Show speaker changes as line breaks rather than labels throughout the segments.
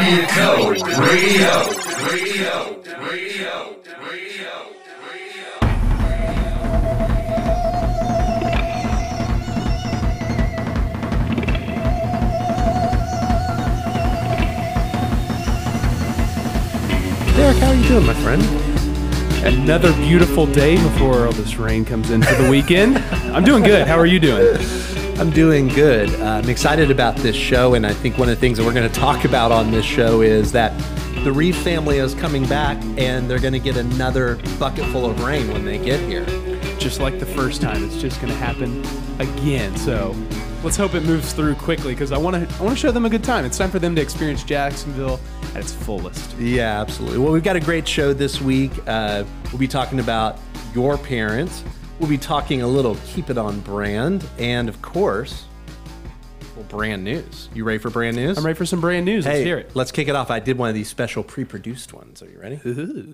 DW Code Radio. Radio.
Derek, how are you doing, my friend?
Another beautiful day before all this rain comes in for the weekend. I'm doing good. How are you doing?
I'm doing good. Uh, I'm excited about this show, and I think one of the things that we're going to talk about on this show is that the Reeve family is coming back, and they're going to get another bucket full of rain when they get here.
Just like the first time, it's just going to happen again. So let's hope it moves through quickly because I want to. I want to show them a good time. It's time for them to experience Jacksonville at its fullest.
Yeah, absolutely. Well, we've got a great show this week. Uh, we'll be talking about your parents. We'll be talking a little keep it on brand, and of course, well, brand news. You ready for brand news?
I'm ready for some brand news.
Hey,
let's hear it.
let's kick it off. I did one of these special pre-produced ones. Are you ready?
Ooh.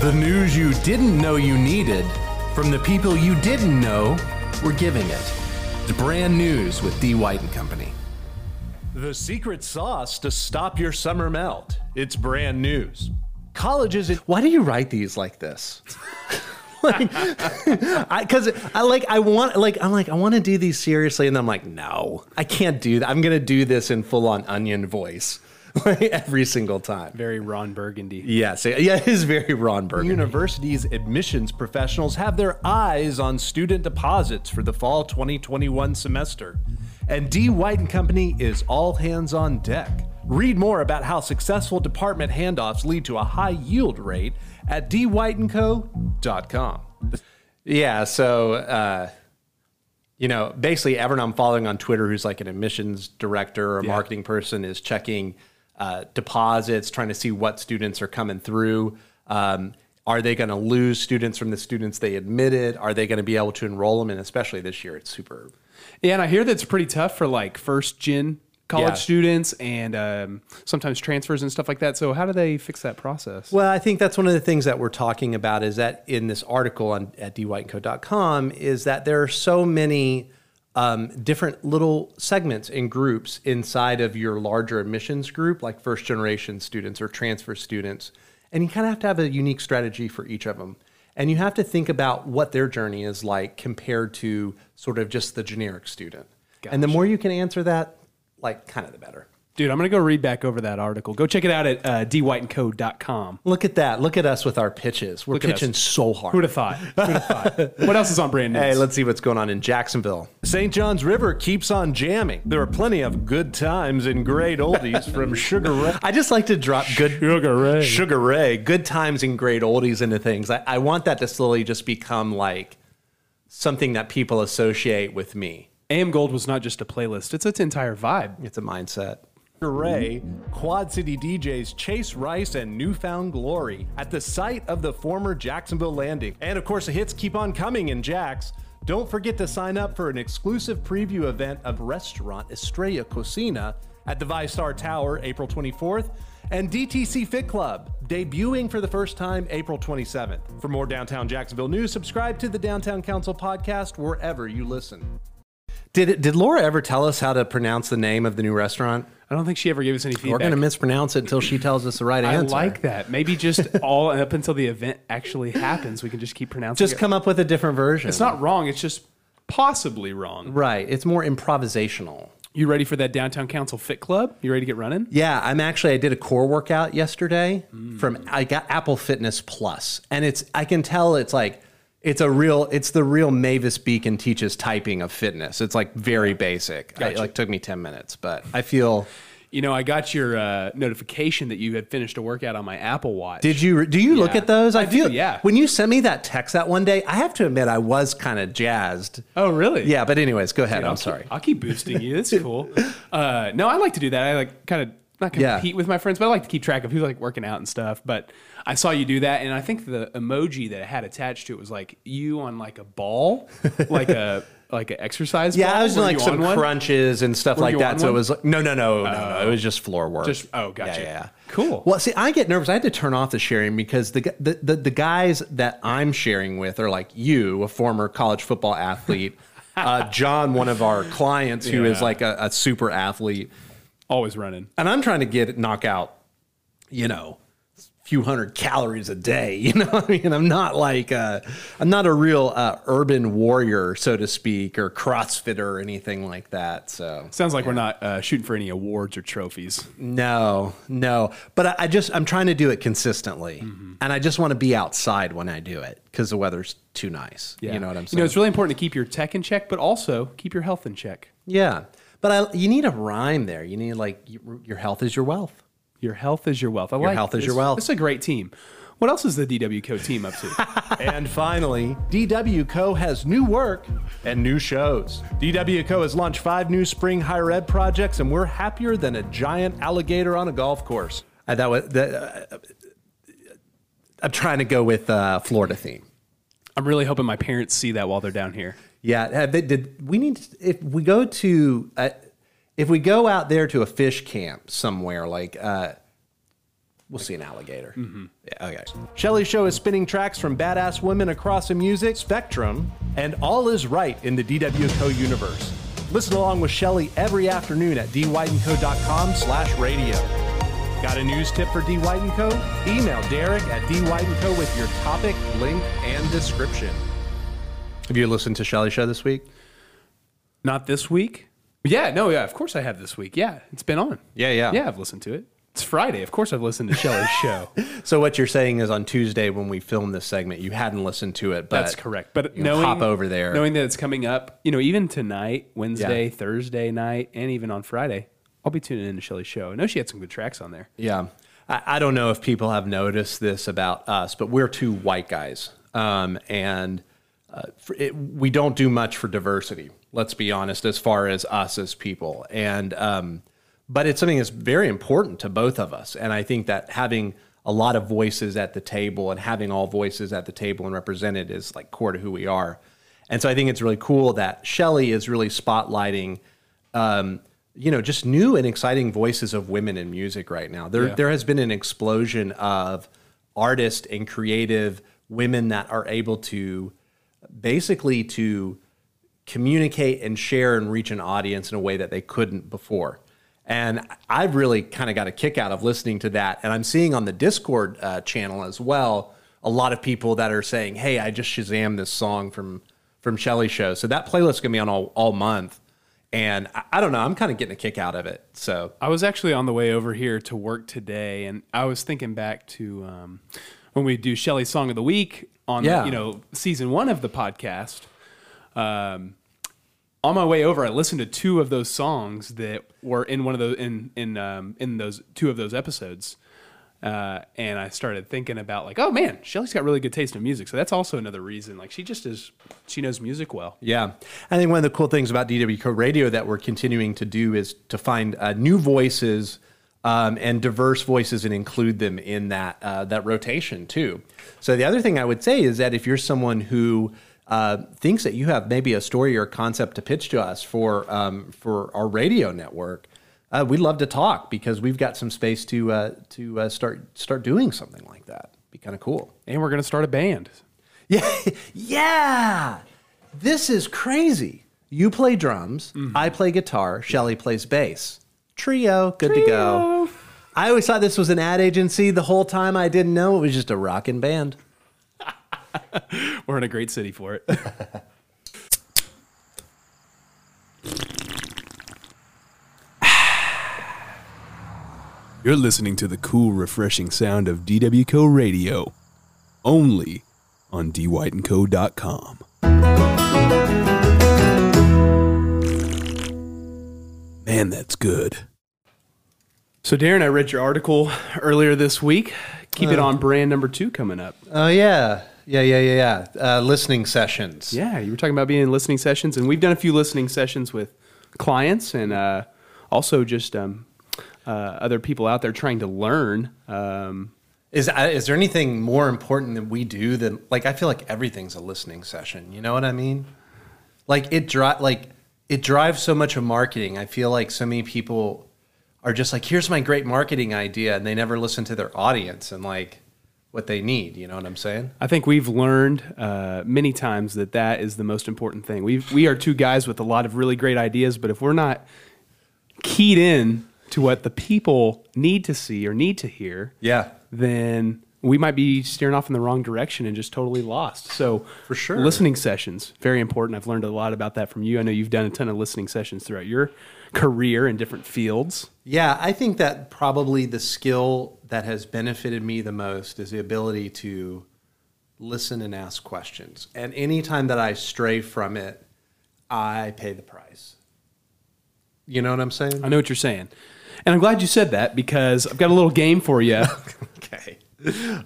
The news you didn't know you needed from the people you didn't know were giving it. It's brand news with D. White and Company.
The secret sauce to stop your summer melt. It's brand news. Colleges. Why do you write these like this? like, I because I like I want like I'm like I want to do these seriously, and I'm like no, I can't do that. I'm gonna do this in full on onion voice like, every single time.
Very Ron Burgundy.
Yes, it- yeah, it is very Ron Burgundy.
Universities admissions professionals have their eyes on student deposits for the fall 2021 semester.
And D. White and Company is all hands on deck.
Read more about how successful department handoffs lead to a high yield rate at dwhiteandco.com.
Yeah, so uh, you know, basically everyone I'm following on Twitter who's like an admissions director or marketing person is checking uh, deposits, trying to see what students are coming through. Um, are they going to lose students from the students they admitted? Are they going to be able to enroll them? And especially this year, it's super.
Yeah, and I hear that's pretty tough for like first gen college
Yeah.
students and um, sometimes transfers and stuff like that. So how do they fix that process?
Well, I think that's one of the things that we're talking about is that in this article on at dwhiteandco.com is that there are so many um, different little segments and groups inside of your larger admissions group, like first generation students or transfer students, and you kind of have to have a unique strategy for each of them. And you have to think about what their journey is like compared to sort of just the generic student. And the more you can answer that, like kind of the better.
Dude, I'm going to go read back over that article. Go check it out at uh, dwhiteandco.com.
Look at that. Look at us with our pitches. We're
Look at us.
pitching so hard.
Who'd have thought? Who'd have thought? What else is on brand news?
Hey, let's see what's going on in Jacksonville.
St. John's River keeps on jamming. There are plenty of good times and great oldies from Sugar Ray.
I just like to drop good
Sugar Ray.
Sugar Ray, good times and great oldies into things. I, I want that to slowly just become like something that people associate with me.
AM Gold was not just a playlist; it's its entire vibe.
It's a mindset.
Sugar Ray, Quad City DJs Chase Rice and Newfound Glory at the site of the former Jacksonville Landing. And of course, the hits keep on coming in Jax. Don't forget to sign up for an exclusive preview event of restaurant Estrella Cocina at the Vistar Tower April 24th and DTC Fit Club debuting for the first time April 27th. For more downtown Jacksonville news, subscribe to the Downtown Council podcast wherever you listen.
Did did Laura ever tell us how to pronounce the name of the new restaurant?
I don't think she ever gave us any feedback.
We're going to mispronounce it until she tells us the right
I
answer.
like that. Maybe just all up until the event actually happens, we can just keep pronouncing.
Just
it.
come up with a different version.
It's not wrong. It's just possibly wrong.
right. It's more improvisational.
You ready for that downtown council fit club? You ready to get running?
Yeah, I'm actually I did a core workout yesterday from I got Apple Fitness Plus, and it's I can tell it's like it's a real it's the real Mavis Beacon teaches typing of fitness. It's like very basic. It like took me ten minutes, but I feel.
You know, I got your uh, notification that you had finished a workout on my Apple Watch.
Did you do you look
Yeah.
at those?
I do,
feel
yeah.
When you sent me that text that one day, I have to admit I was kind of jazzed.
Oh, really?
Yeah, but anyways, go ahead.
I'll
I'm
keep-
sorry.
I'll keep boosting you. That's cool. Uh, no, I like to do that. I like kind of not compete
Yeah.
with my friends, but I like to keep track of who's like working out and stuff. But I saw you do that, and I think the emoji that it had attached to it was like you on like a ball, like a like an exercise.
yeah,
ball.
I was
Were
doing like
you
some
on one?
crunches and stuff
Were
like
you
that.
on
So it
one? Oh.
was like, no, no, no, no, no. It was just floor work.
Just- oh, gotcha.
Yeah, yeah, yeah.
Cool.
Well, see, I get nervous. I had to turn off the sharing because the, gu- the the the guys that I'm sharing with are like you, a former college football athlete, uh, John, one of our clients who is
Yeah.
like a, a super athlete.
Always running.
and I'm trying to get knock out, you know, a few hundred calories a day. You know, what I mean, I'm not like uh, I'm not a real uh, urban warrior, so to speak, or CrossFitter or anything like that. So
Sounds like we're not uh, shooting for any awards or trophies.
no, no, but I, I just I'm trying to do it consistently,
Mm-hmm.
and I just want to be outside when I do it because the weather's too nice. You know what I'm
You
saying?
know, it's really important to keep your tech in check, but also keep your health in check.
yeah, but I, you need a rhyme there. You need like your, your health is your wealth.
Your health is your wealth. I your like
health is
this.
your wealth.
This is a great team. What else is the DWCO team up to?
And finally, DW Co has new work and new shows. DW Co has launched five new spring higher ed projects, and we're happier than a giant alligator on a golf course.
Uh, that was that, uh, I'm trying to go with uh, Florida theme.
I'm really hoping my parents see that while they're down here.
Yeah, have they, did we need to, if we go to uh, if we go out there to a fish camp somewhere like uh, we'll see an alligator. Yeah, okay,
Shelly's show is spinning tracks from badass women across the music spectrum, and all is right in the DW Co universe. Listen along with Shelly every afternoon at dwightenco.com slash radio. Got a news tip for D White and Co? Email Derek at dwightenco with your topic, link, and description.
have you listened to Shelly Show this week?
Not this week? Yeah, no, yeah, of course I have this week. Yeah, it's been on.
Yeah, yeah.
Yeah, I've listened to it. It's Friday. Of course I've listened to Shelley's show.
So what you're saying is on Tuesday when we filmed this segment, you hadn't listened to it. But
That's correct. But
you know,
knowing,
hop over there.
knowing that it's coming up, you know, even tonight, Wednesday, Thursday night, and even on Friday, I'll be tuning into Shelly's show. I know she had some good tracks on there.
Yeah. I, I don't know if people have noticed this about us, but we're two white guys. Um, and uh, for it, we don't do much for diversity, let's be honest, as far as us as people. And, um, but it's something that's very important to both of us. And I think that having a lot of voices at the table and having all voices at the table and represented is like core to who we are. And so I think it's really cool that Shelly is really spotlighting um, you know, just new and exciting voices of women in music right now. There,
Yeah.
there has been an explosion of artists and creative women that are able to basically to communicate and share and reach an audience in a way that they couldn't before. And I really kind of got a kick out of listening to that. And I'm seeing on the Discord uh, channel as well a lot of people that are saying, "Hey, I just Shazam this song from from Shelly's show." So that playlist's gonna be on all, all month. And I, I don't know, I'm kind of getting a kick out of it. So
I was actually on the way over here to work today, and I was thinking back to um, when we do Shelly's Song of the Week on
Yeah.
you know season one of the podcast. Um, on my way over, I listened to two of those songs that were in one of those in in um, in those two of those episodes, uh, and I started thinking about like, oh man, Shelly's got really good taste in music, so that's also another reason. Like she just is, she knows music well.
Yeah. I think one of the cool things about DW Co Radio that we're continuing to do is to find uh, new voices um, and diverse voices and include them in that uh, that rotation too. So the other thing I would say is that if you're someone who uh, thinks that you have maybe a story or concept to pitch to us for um, for our radio network, uh, we'd love to talk because we've got some space to uh, to uh, start start doing something like that. Be kind of cool.
And we're gonna start a band.
Yeah. yeah. This is crazy. You play drums, I play guitar, Shelly plays bass. Trio, good to go. I always thought this was an ad agency the whole time. I didn't know it was just a rockin' band.
We're in a great city for it. You're listening to the cool, refreshing sound of DWCO Radio, only on dwightandco.com. Man, that's good. So, Darren, I read your article earlier this week. Keep it on brand number two coming up.
Oh, yeah. Yeah, yeah, yeah, yeah. Uh, listening sessions.
Yeah, you were talking about being in listening sessions, and we've done a few listening sessions with clients and uh, also just um, uh, other people out there trying to learn. Um,
Is, uh, is there anything more important than we do than, like, I feel like everything's a listening session. You know what I mean? like it dri- like it drives so much of marketing. I feel like so many people are just like, here's my great marketing idea, and they never listen to their audience and like what they need. You know what I'm saying?
I think we've learned uh, many times that that is the most important thing. We we are two guys with a lot of really great ideas, but if we're not keyed in to what the people need to see or need to hear,
Yeah.
then we might be steering off in the wrong direction and just totally lost. So
For sure.
listening sessions very important. I've learned a lot about that from you. I know you've done a ton of listening sessions throughout your career in different fields.
Yeah, I think that probably the skill that has benefited me the most is the ability to listen and ask questions. And anytime that I stray from it, I pay the price. You know what I'm saying?
I know what you're saying, and I'm glad you said that because I've got a little game for you.
Okay.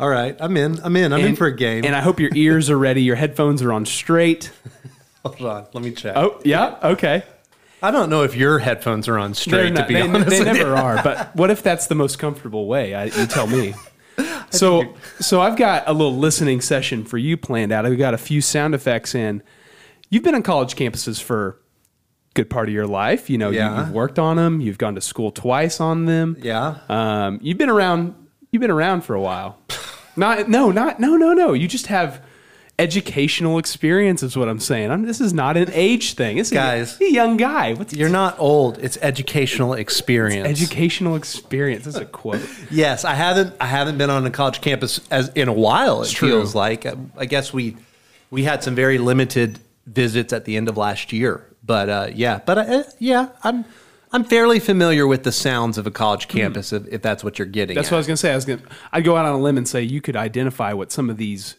All right. I'm in. I'm in. I'm in for a game.
and I hope your ears are ready. Your headphones are on straight.
Hold on. Let me check.
Oh yeah, okay.
I don't know if your headphones are on
They're
straight,
not-
to be
they,
honest.
they
with you.
never are. But what if that's the most comfortable way? I, you tell me. So, so I've got a little listening session for you planned out. I've got a few sound effects in. You've been on college campuses for a good part of your life. You know, you,
Yeah.
have worked on them. You've gone to school twice on them.
Yeah.
Um, you've been around. You've been around for a while. Not no, not no, no, no. You just have educational experience. Is what I'm saying. I'm, this is not an age thing. This is
Guys.
a, young guy. What's
You're not old. It's educational experience.
Educational experience is a quote.
Yes, I haven't. I haven't been on a college campus as in a while. It
true.
feels like. I, I guess we we had some very limited visits at the end of last year, but uh, yeah, but uh, yeah, I'm I'm fairly familiar with the sounds of a college campus, if, if that's what you're getting.
Mm-hmm. That's
at.
what I was gonna say. I was gonna. I'd go out on a limb and say you could identify what some of these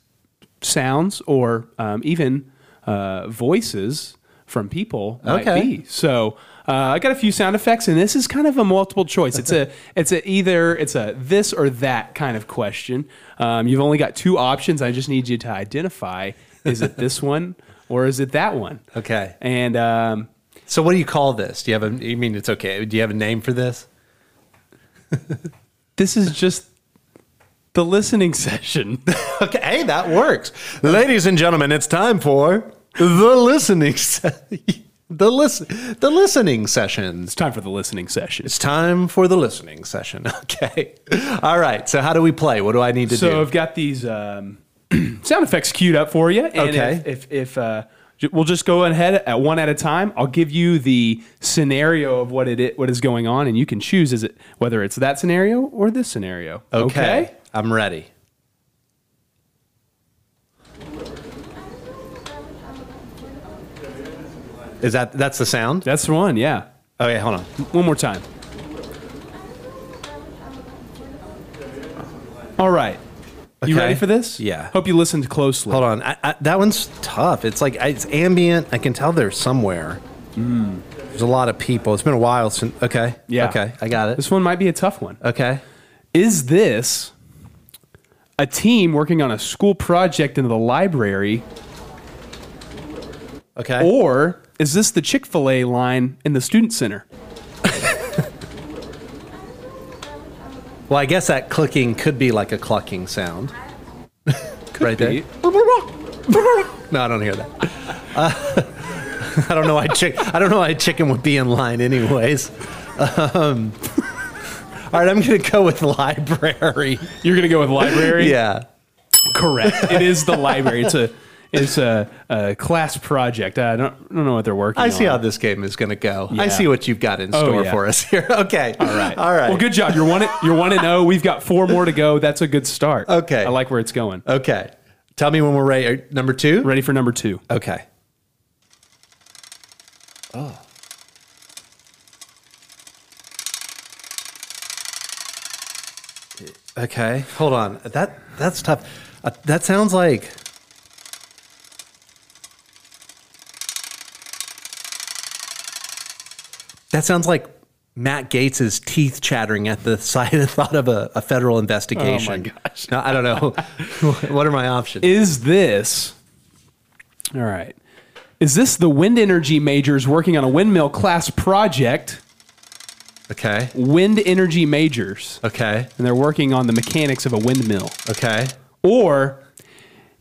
sounds or um, even uh, voices from people might
Okay.
be. So uh, I got a few sound effects, and this is kind of a multiple choice. It's a it's a either it's a this or that kind of question. Um, you've only got two options. I just need you to identify: is it this one or is it that one?
Okay.
And um,
So what do you call this? Do you have a? You mean it's okay? Do you have a name for this?
this is just the listening session.
Okay, hey, that works, ladies and gentlemen. It's time for the listening se- the listen the listening sessions.
It's time for the listening session.
It's time for the listening session. Okay. All right. So how do we play? What do I need to
So
do?
I've got these um, sound effects queued up for you. And
Okay.
If, if, if uh, j- we'll just go ahead at one at a time, I'll give you the scenario of what it i- what is going on, and you can choose is it whether it's that scenario or this scenario.
I'm ready. Is that that's the sound?
That's the one. Yeah.
Okay, hold on.
One more time. All right. You
Okay.
ready for this?
Yeah.
Hope you listened closely.
Hold on. I, I, that one's tough. It's like it's ambient. I can tell they're somewhere. There's a lot of people. It's been a while since. Okay.
Hmm. Yeah.
Okay. I got it.
This one might be a tough one.
Okay.
is this a team working on a school project in the library
Okay.
or is this the chick-fil-a line in the student center
Well, I guess that clicking could be like a clucking sound. right
be.
there. no, I don't hear that. Uh, I don't know why chick. I don't know why chicken would be in line, anyways. Um, all right, I'm gonna go with library.
you're gonna go with library
Yeah.
correct it is the library it's a it's a, a class project i don't, I don't know what they're working
I see
on.
how this game is going to go.
Yeah.
I see what you've got in
Oh,
store
yeah.
for us here. Okay. All
Right.
All right.
Well, good job. You're one. at- You're one and zero. We've got four more to go. That's a good start.
Okay.
I like where it's going.
Okay. Tell me when we're ready. Are- Number two.
Ready for number two?
Okay. Oh. Okay. Hold on. That that's tough. Uh, that sounds like That sounds like Matt Gates's teeth chattering at the sight and thought of a, a federal investigation.
gosh.
No, I don't know. what are my options?
Is this all right? Is this the wind energy majors working on a windmill class project?
okay.
Wind energy majors,
Okay.
and they're working on the mechanics of a windmill.
Okay.
Or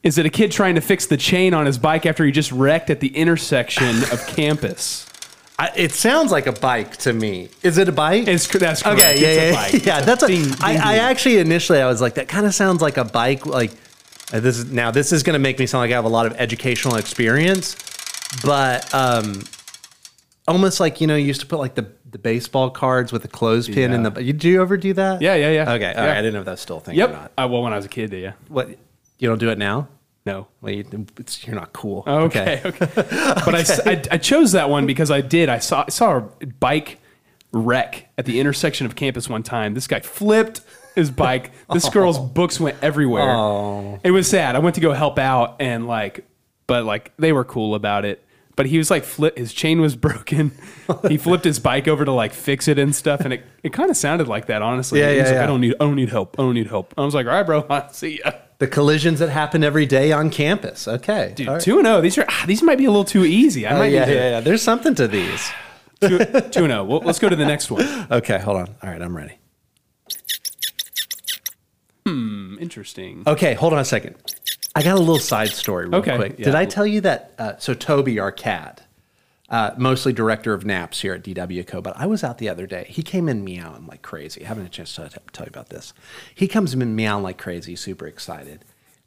is it a kid trying to fix the chain on his bike after he just wrecked at the intersection of campus?
I, it sounds like a bike to me. Is it a bike?
It's cor- that's correct.
okay. Yeah,
It's a
yeah,
bike.
yeah.
It's a
That's a. I
ding, ding,
I
ding.
actually initially I was like, that kind of sounds like a bike. Like uh, this is now this is going to make me sound like I have a lot of educational experience, but um, almost like you know you used to put like the the baseball cards with the clothespin and the. Did you ever do that?
Yeah, yeah, yeah.
Okay, all right.
Yeah.
I didn't know if that's still a thing or
Yep.
not.
I, well, when I was a kid, yeah.
What you don't do it now?
No.
Well, you, it's, you're not cool.
Okay. Okay. But I s I I I chose that one because I did. I saw I saw a bike wreck at the intersection of campus one time. This guy flipped his bike.
Oh.
This girl's books went everywhere. It was sad. I went to go help out and like, but like they were cool about it. But he was like flip. His chain was broken. he flipped his bike over to like fix it and stuff. And it, it kind of sounded like that honestly.
Yeah,
He
yeah,
was like,
yeah.
I don't need. I don't need help. I don't need help. I was like, all right, bro. I'll see ya.
The collisions that happen every day on campus. Okay,
Dude,
All right.
two and oh. These are ah, these might be a little too easy. I
Oh,
might
yeah,
need to
yeah, yeah. There's something to these.
two, two and oh. Well, let's go to the next one.
Okay, hold on. All right, I'm ready.
Hmm, Interesting.
Okay, hold on a second. I got a little side story real
Um, Okay,
quick.
yeah.
Did I tell you that? Uh, so Toby, our cat, uh, mostly director of naps here at DW Co. But I was out the other day. He came in meowing like crazy. I haven't had a chance to t- tell you about this. He comes in meowing like crazy, super excited.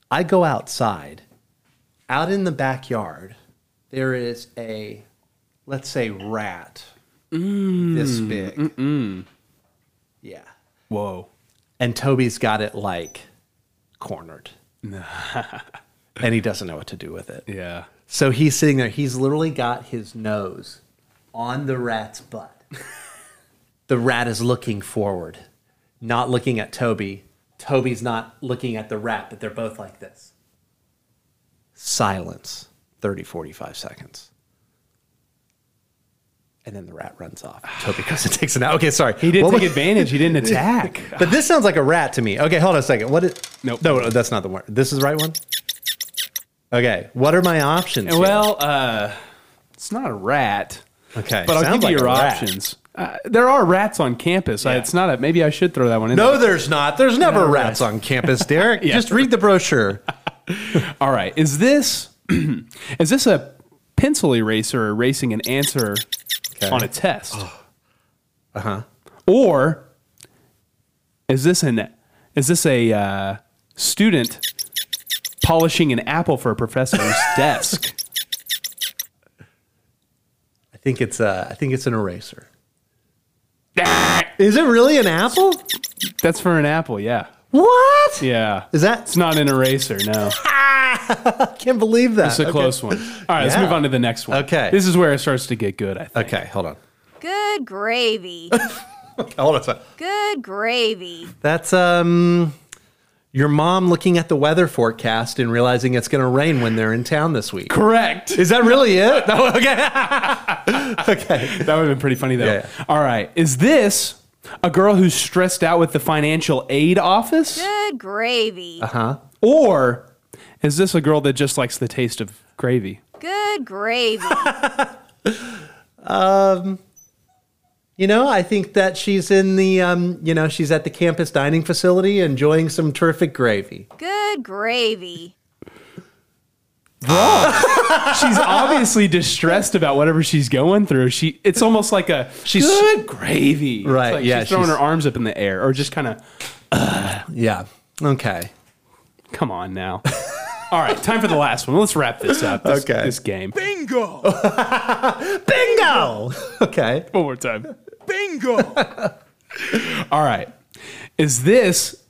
I go outside. Out in the backyard, there is a, let's say, rat
Mm.
this big. Yeah.
Whoa.
And Toby's got it like cornered. and he doesn't know what to do with it.
Yeah.
So he's sitting there. He's literally got his nose on the rat's butt. the rat is looking forward, not looking at Toby. Toby's not looking at the rat, but they're both like this. Silence 30, 45 seconds. And then the rat runs off. Toby goes and takes it out. Okay, sorry.
He didn't
What
take
was-
advantage. He didn't attack.
but this sounds like a rat to me. Okay, hold on a second. What is?
Nope.
No, that's not the one. This is the right one. Okay, what are my options? here?
well, uh, it's not a rat.
okay,
But I'll
sounds
give you
like
your
a rat.
options. Uh, there are rats on campus. I, it's not a. Maybe I should throw that one in.
No,
there.
there's not. There's never rats on campus, Derek. Just read the brochure.
All right. Is this is this a pencil eraser erasing an answer on a test? Uh huh.
Uh-huh.
Or is this an is this a uh, student polishing an apple for a professor's desk?
I think it's uh, I think it's an eraser.
That's
Is it really an apple?
for an apple. Yeah.
What?
Yeah.
Is that?
It's not an eraser. No.
I can't believe that.
It's a
Okay.
close one. All right. Let's
Yeah.
move on to the next one.
Okay.
This is where it starts to get good. I think.
Okay, hold on.
Good gravy.
Hold on a second.
Good gravy.
That's um, your mom looking at the weather forecast and realizing it's going to rain when they're in town this week.
Correct.
Is that really it? No, okay.
That would have been pretty funny though.
Yeah,
All right. Is this a girl who's stressed out with the financial aid office?
Good gravy.
Or is this a girl that just likes the taste of gravy?
Good gravy.
You know, I think that she's in the, um, you know, she's at the campus dining facility enjoying some terrific gravy.
Good gravy.
She's obviously distressed about whatever she's going through. She it's almost like a she's good gravy. It's
Right,
like
yeah,
She's throwing
she's-
her arms up in the air or just kind of
Yeah. Okay.
come on now. All right, time for the last one. Let's wrap this up. This,
Okay.
This game.
Bingo. okay.
One more time. Bingo. All right. Is this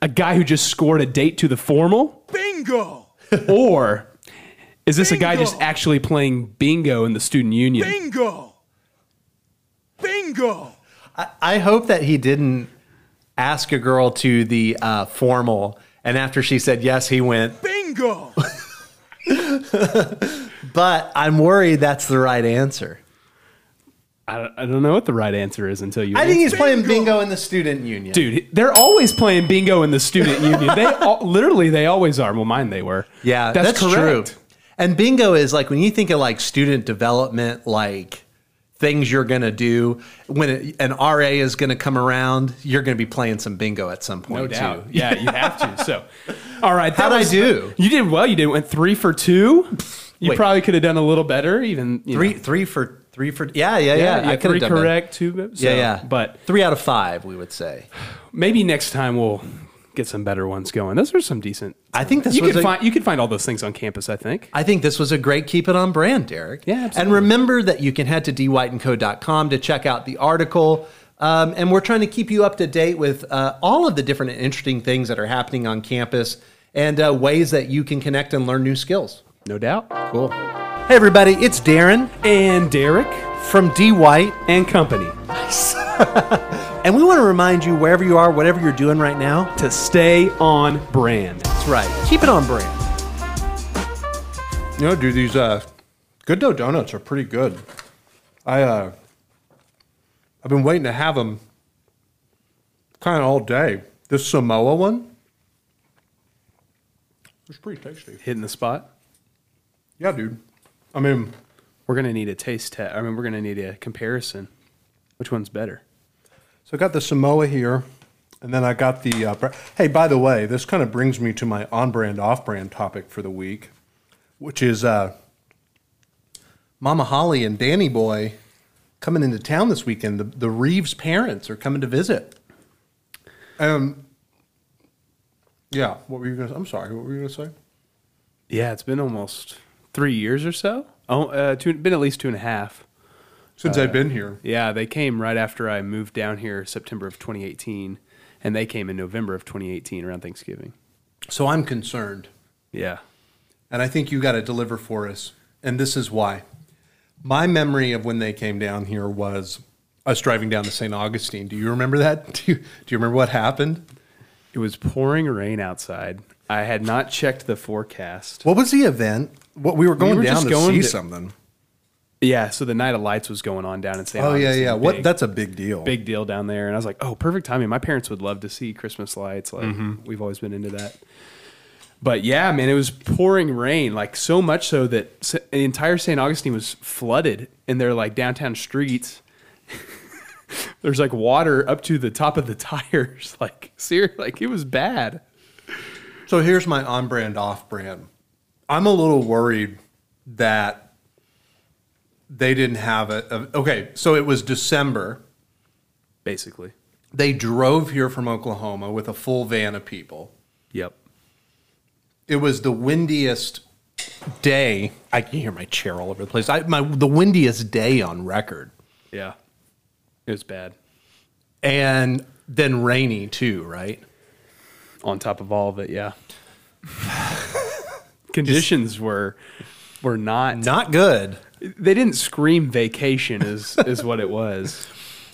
a guy who just scored a date to the formal? Bingo. Or is this a guy just actually playing bingo in the student union?
Bingo! Bingo!
I hope that he didn't ask a girl to the uh, formal, and after she said yes, he went.
Bingo!
But I'm worried that's the right answer.
I, don't, I don't know what the right answer is until you.
I think he's
answer.
playing bingo in the student union.
Dude, they're always playing bingo in the student union. They all, literally, they always are. Well, mine they were.
Yeah, that's,
correct.
true. And bingo is like when you think of like student development, like things you're gonna do when it, an RA is gonna come around, you're gonna be playing some bingo at some point
No
too.
doubt. Yeah, you have to. So, all right.
How'd
that
I
was-
do?
You did well. You did went three for two. You
Wait.
probably could have done a little better. Even you
Three,
know.
three for three for yeah, yeah, yeah. I could
three
have done better.
correct, two. So,
Yeah, yeah.
But
three out of five, we would say.
maybe next time we'll get some better ones going. Those are some decent.
I think this
you
was
could
a-
find you could find all those things on campus. I think.
I think this was a great keep it on brand, Derek.
Yeah,
And
absolutely.
remember that you can head to dwightandco.com to check out the article. Um, and we're trying to keep you up to date with uh, all of the different and interesting things that are happening on campus and uh, ways that you can connect and learn new skills.
No doubt.
Cool. Hey, everybody, it's Darren
And Derek
from D White.
and company
And we want to remind you, wherever you are, whatever you're doing right now,
to stay on brand.
that's right. Keep it on brand.
You know, dude, these uh, good dough donuts are pretty good. I uh, I've been waiting to have them kind of all day. This Samoa one, it's pretty tasty.
Hitting the spot.
Yeah, dude. I mean,
We're gonna need a taste test. I mean, we're gonna need a comparison. Which one's better?
so I got the Samoa here, and then I got the. Uh, bre- hey, by the way, this kind of brings me to my on-brand, off-brand topic for the week, which is uh,
Mama Holly and Danny Boy coming into town this weekend. The, the Reeves parents are coming to visit.
Um, yeah. What were you gonna? I'm sorry. What were you gonna say?
Yeah, it's been almost three years or so. Oh, uh, two, been at least two and a half.
Since I've been here,
Yeah, they came right after I moved down here, September of 2018, and they came in November of 2018 around Thanksgiving.
So I'm concerned.
Yeah,
And I think you got to deliver for us. And this is why. My memory of when they came down here was us driving down to St. Augustine. Do you remember that? Do you, do you remember what happened?
it was pouring rain outside. I had not checked the forecast.
What was the event? What we were going
were
down
just
to
going
see
to-
something.
Yeah, so the night of lights was going on down in St.
Oh yeah,
Augustine.
yeah. What?
Big-
That's a big deal.
big deal down there and i was like oh perfect timing my parents would love to see christmas lights like we've always been into that but yeah man it was pouring rain like so much so that s- the entire st augustine was flooded in their like downtown streets there's like water up to the top of the tires like seriously like it was bad
So here's my on brand, off brand. I'm a little worried that they didn't have it. Okay, so it was December.
basically
They drove here from Oklahoma with a full van of people.
yep
it was the windiest day. I can hear my chair all over the place. I, my the windiest day on record,
yeah it was bad
and then rainy too. Right?
on top of all of it yeah conditions were were not
Not good.
They didn't scream vacation is is what it was.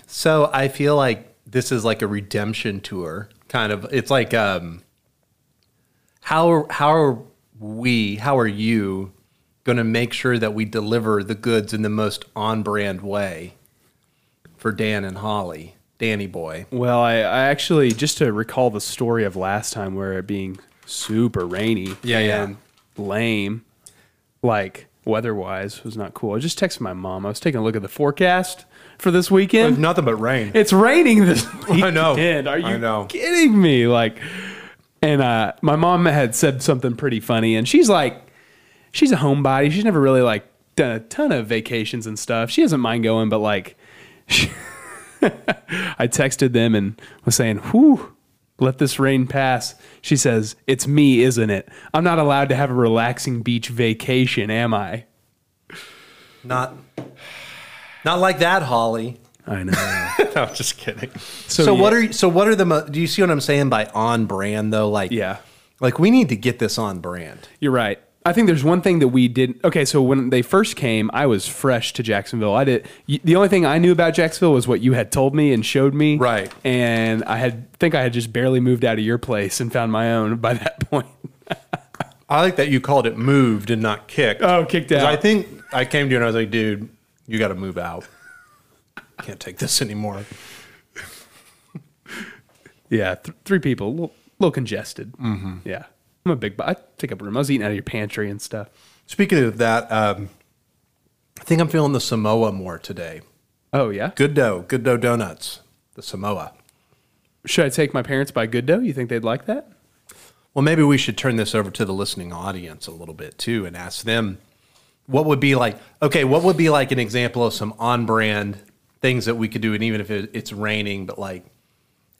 So I feel like this is like a redemption tour, kind of. It's like, um, how are, how are we? How are you going to make sure that we deliver the goods in the most on brand way for Dan and Holly, Danny boy?
Well, I, I actually just to recall the story of last time where it being super rainy
Yeah, yeah.
and lame, like weather wise was not cool. I just texted my mom. I was taking a look at the forecast for this weekend.
Nothing but rain.
it's raining this weekend.
I know.
Are you
I know.
kidding me? Like, and uh, my mom had said something pretty funny, and she's like, she's a homebody. She's never really like done a ton of vacations and stuff. She doesn't mind going, but like, she- I texted them and was saying, "Whew." Let this rain pass. She says, It's me, isn't it? I'm not allowed to have a relaxing beach vacation, am I?
Not, not like that, Holly.
I know.
no, just kidding.
So,
yeah.
what are so what are the mo- do you see what I'm saying by on brand though? Like
Yeah.
like we need to get this on brand.
You're right. I think there's one thing that we didn't. Okay, so when they first came, I was fresh to Jacksonville. I did. y- The only thing I knew about Jacksonville was what you had told me and showed me.
Right.
And I had think I had just barely moved out of your place and found my own by that point.
I like that you called it moved and not kicked.
Oh, kicked
'Cause I
out.
think I came to you and I was like, dude, you got to move out. Can't take this anymore.
Yeah, th- three people, a little, little congested. Mm-hmm. Yeah, I'm a big. bu- I take up room. I was eating out of your pantry and stuff.
Speaking of that, um, I think I'm feeling the Samoa more today.
Oh yeah.
Good dough, good dough donuts, the Samoa.
Should I take my parents by Good Dough? You think they'd like that?
Well, maybe we should turn this over to the listening audience a little bit too and ask them what would be like, okay, what would be like an example of some on brand things that we could do? And even if it, it's raining, but like,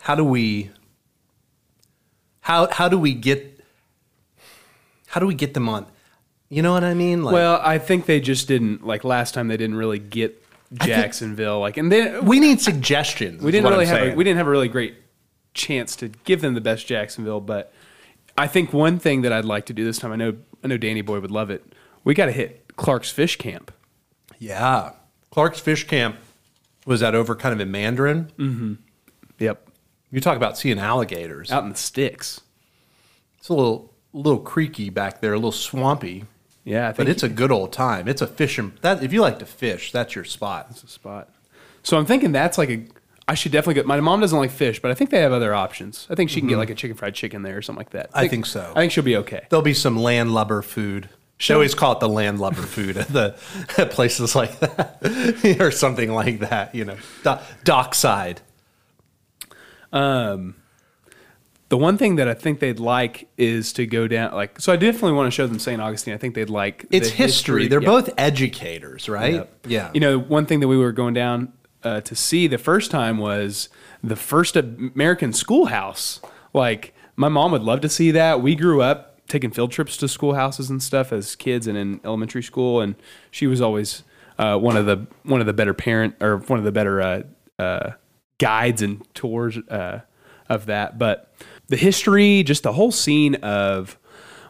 how do we,
How how do we get how do we get them on? You know what I mean? Like,
Well, I think they just didn't like last time. They didn't really get Jacksonville. like, and then we
we need suggestions.
we
is
didn't
what
really
I'm
have a,
saying.
we didn't have a really great chance to give them the best Jacksonville. But I think one thing that I'd like to do this time. I know I know Danny Boy would love it. We got to hit Clark's Fish Camp.
yeah. Clark's Fish Camp was that over kind of in Mandarin?
Mm. Yep,
You talk about seeing alligators.
out in the sticks.
It's a little little creaky back there, a little swampy,
Yeah, I think
but it's a good old time. It's a fishing that if you like to fish, that's your spot.
it's a spot. So I'm thinking that's like a. I should definitely go. My mom doesn't like fish, but I think they have other options. I think she can get like a chicken fried chicken there or something like that.
Mm-hmm. I think so.
I think she'll be okay.
There'll be some landlubber food. They always call it the landlubber food at the at places like that or something like that. You know, Do- dockside.
The one thing that I think they'd like is to go down like so I definitely want to show them St. Augustine. I think they'd like
It's
the
history. They're
yeah.
both educators, right? Yeah.
You know, one thing that we were going down uh, to see the first time was the first American schoolhouse. Like my mom would love to see that. We grew up taking field trips to schoolhouses and stuff as kids and in elementary school, and she was always uh, one of the one of the better parent or one of the better uh, uh, guides and tours uh, of that. But the history, just the whole scene of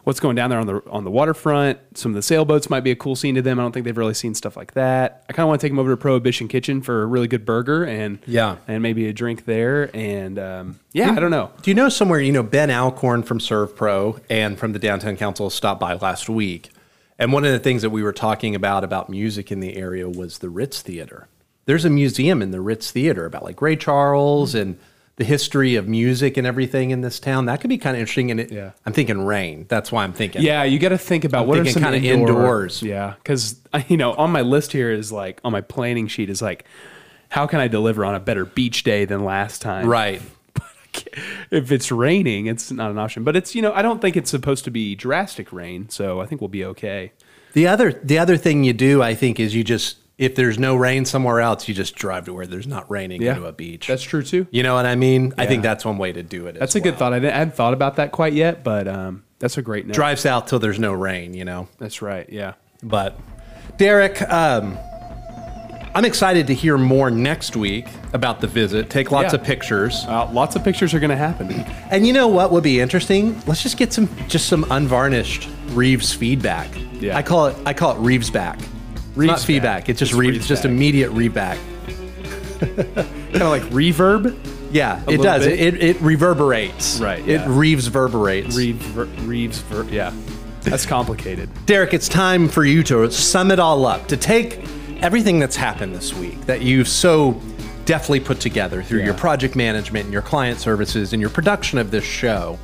what's going down there on the on the waterfront. Some of the sailboats might be a cool scene to them. I don't think they've really seen stuff like that. I kind of want to take them over to Prohibition Kitchen for a really good burger and
Yeah.
and maybe a drink there. And um, yeah, I don't know.
Do you know somewhere, you know, Ben Alcorn from Serve Pro and from the Downtown Council stopped by last week. And one of the things that we were talking about about music in the area was the Ritz Theater. There's a museum in the Ritz Theater about like Ray Charles and the history of music and everything in this town. That could be kind of interesting. And it,
Yeah.
I'm thinking rain. That's why I'm thinking.
Yeah, you got to think about what are
thinking
some
kinda
indoor-
indoors.
Yeah, because you know, on my list here is like on my planning sheet is like, how can I deliver on a better beach day than last time?
Right.
if it's raining, it's not an option. But it's you know, I don't think it's supposed to be drastic rain, so I think we'll be okay.
The other the other thing you do, I think, is you just if there's no rain somewhere else, you just drive to where there's not raining
Yeah.
into a beach.
That's true too.
you know what I mean? I think
Yeah.
that's one way to do it.
That's
as
a good
well.
thought. I, didn't, I hadn't thought about that quite yet, but um, that's a great note.
Drive south till there's no rain, you know.
That's right. Yeah.
But Derek, um, I'm excited to hear more next week about the visit. Take lots
Yeah.
of pictures.
Uh, lots of pictures are going to happen.
And you know what would be interesting? Let's just get some just some unvarnished Reeves feedback.
Yeah.
I call it I call it Reeves back. Reeves Not
back.
feedback. It's just
It's
Reeves,
Reeves
just
back.
immediate readback.
kind of like reverb.
Yeah, it
little
does.
bit.
It, it it reverberates.
Right,
It
yeah.
Reeves verberates.
Reverb. Reeves. Ver- yeah. That's complicated.
Derek, it's time for you to sum it all up, to take everything that's happened this week that you've so deftly put together through your
Yeah.
project management and your client services and your production of this show,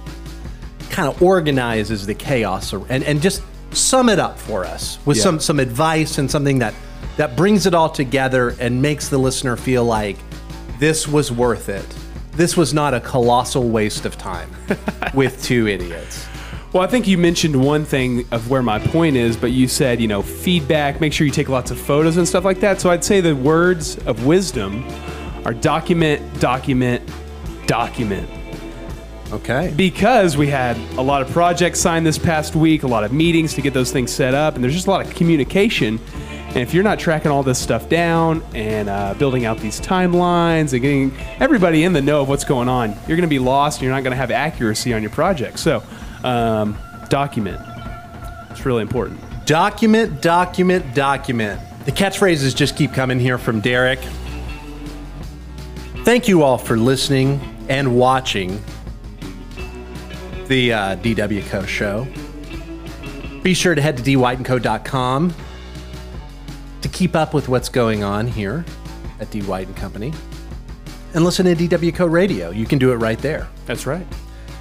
kind of organizes the chaos ar- and, and just sum it up for us with
Yeah.
some, some advice and something that, that brings it all together and makes the listener feel like this was worth it. This was not a colossal waste of time with two idiots.
Well, I think you mentioned one thing of where my point is, but you said, you know, feedback, make sure you take lots of photos and stuff like that. So I'd say the words of wisdom are document, document, document.
Okay.
because we had a lot of projects signed this past week, a lot of meetings to get those things set up, and there's just a lot of communication. And if you're not tracking all this stuff down and uh, building out these timelines and getting everybody in the know of what's going on, you're going to be lost and you're not going to have accuracy on your project. So, um, document. It's really important.
Document, document, document. The catchphrases just keep coming here from Derek. Thank you all for listening and watching the uh, DW Co. show. Be sure to head to dwightandco.com to keep up with what's going on here at D White and Company and listen to DW Co. radio. You can do it right there.
That's right.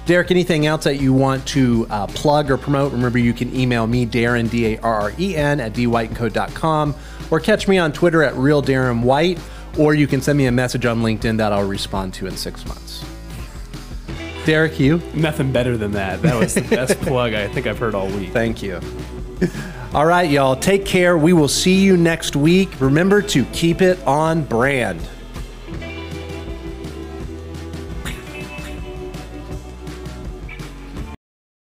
Derek, anything else that you want to uh, plug or promote? Remember, you can email me, Darren, D A R R E N, at dwightandco.com, or catch me on Twitter at Real Darren White, or you can send me a message on LinkedIn that I'll respond to in six months. Derek, you?
Nothing better than that. That was the best plug I think I've heard all week.
Thank you. All right, y'all. Take care. We will see you next week. Remember to keep it on brand.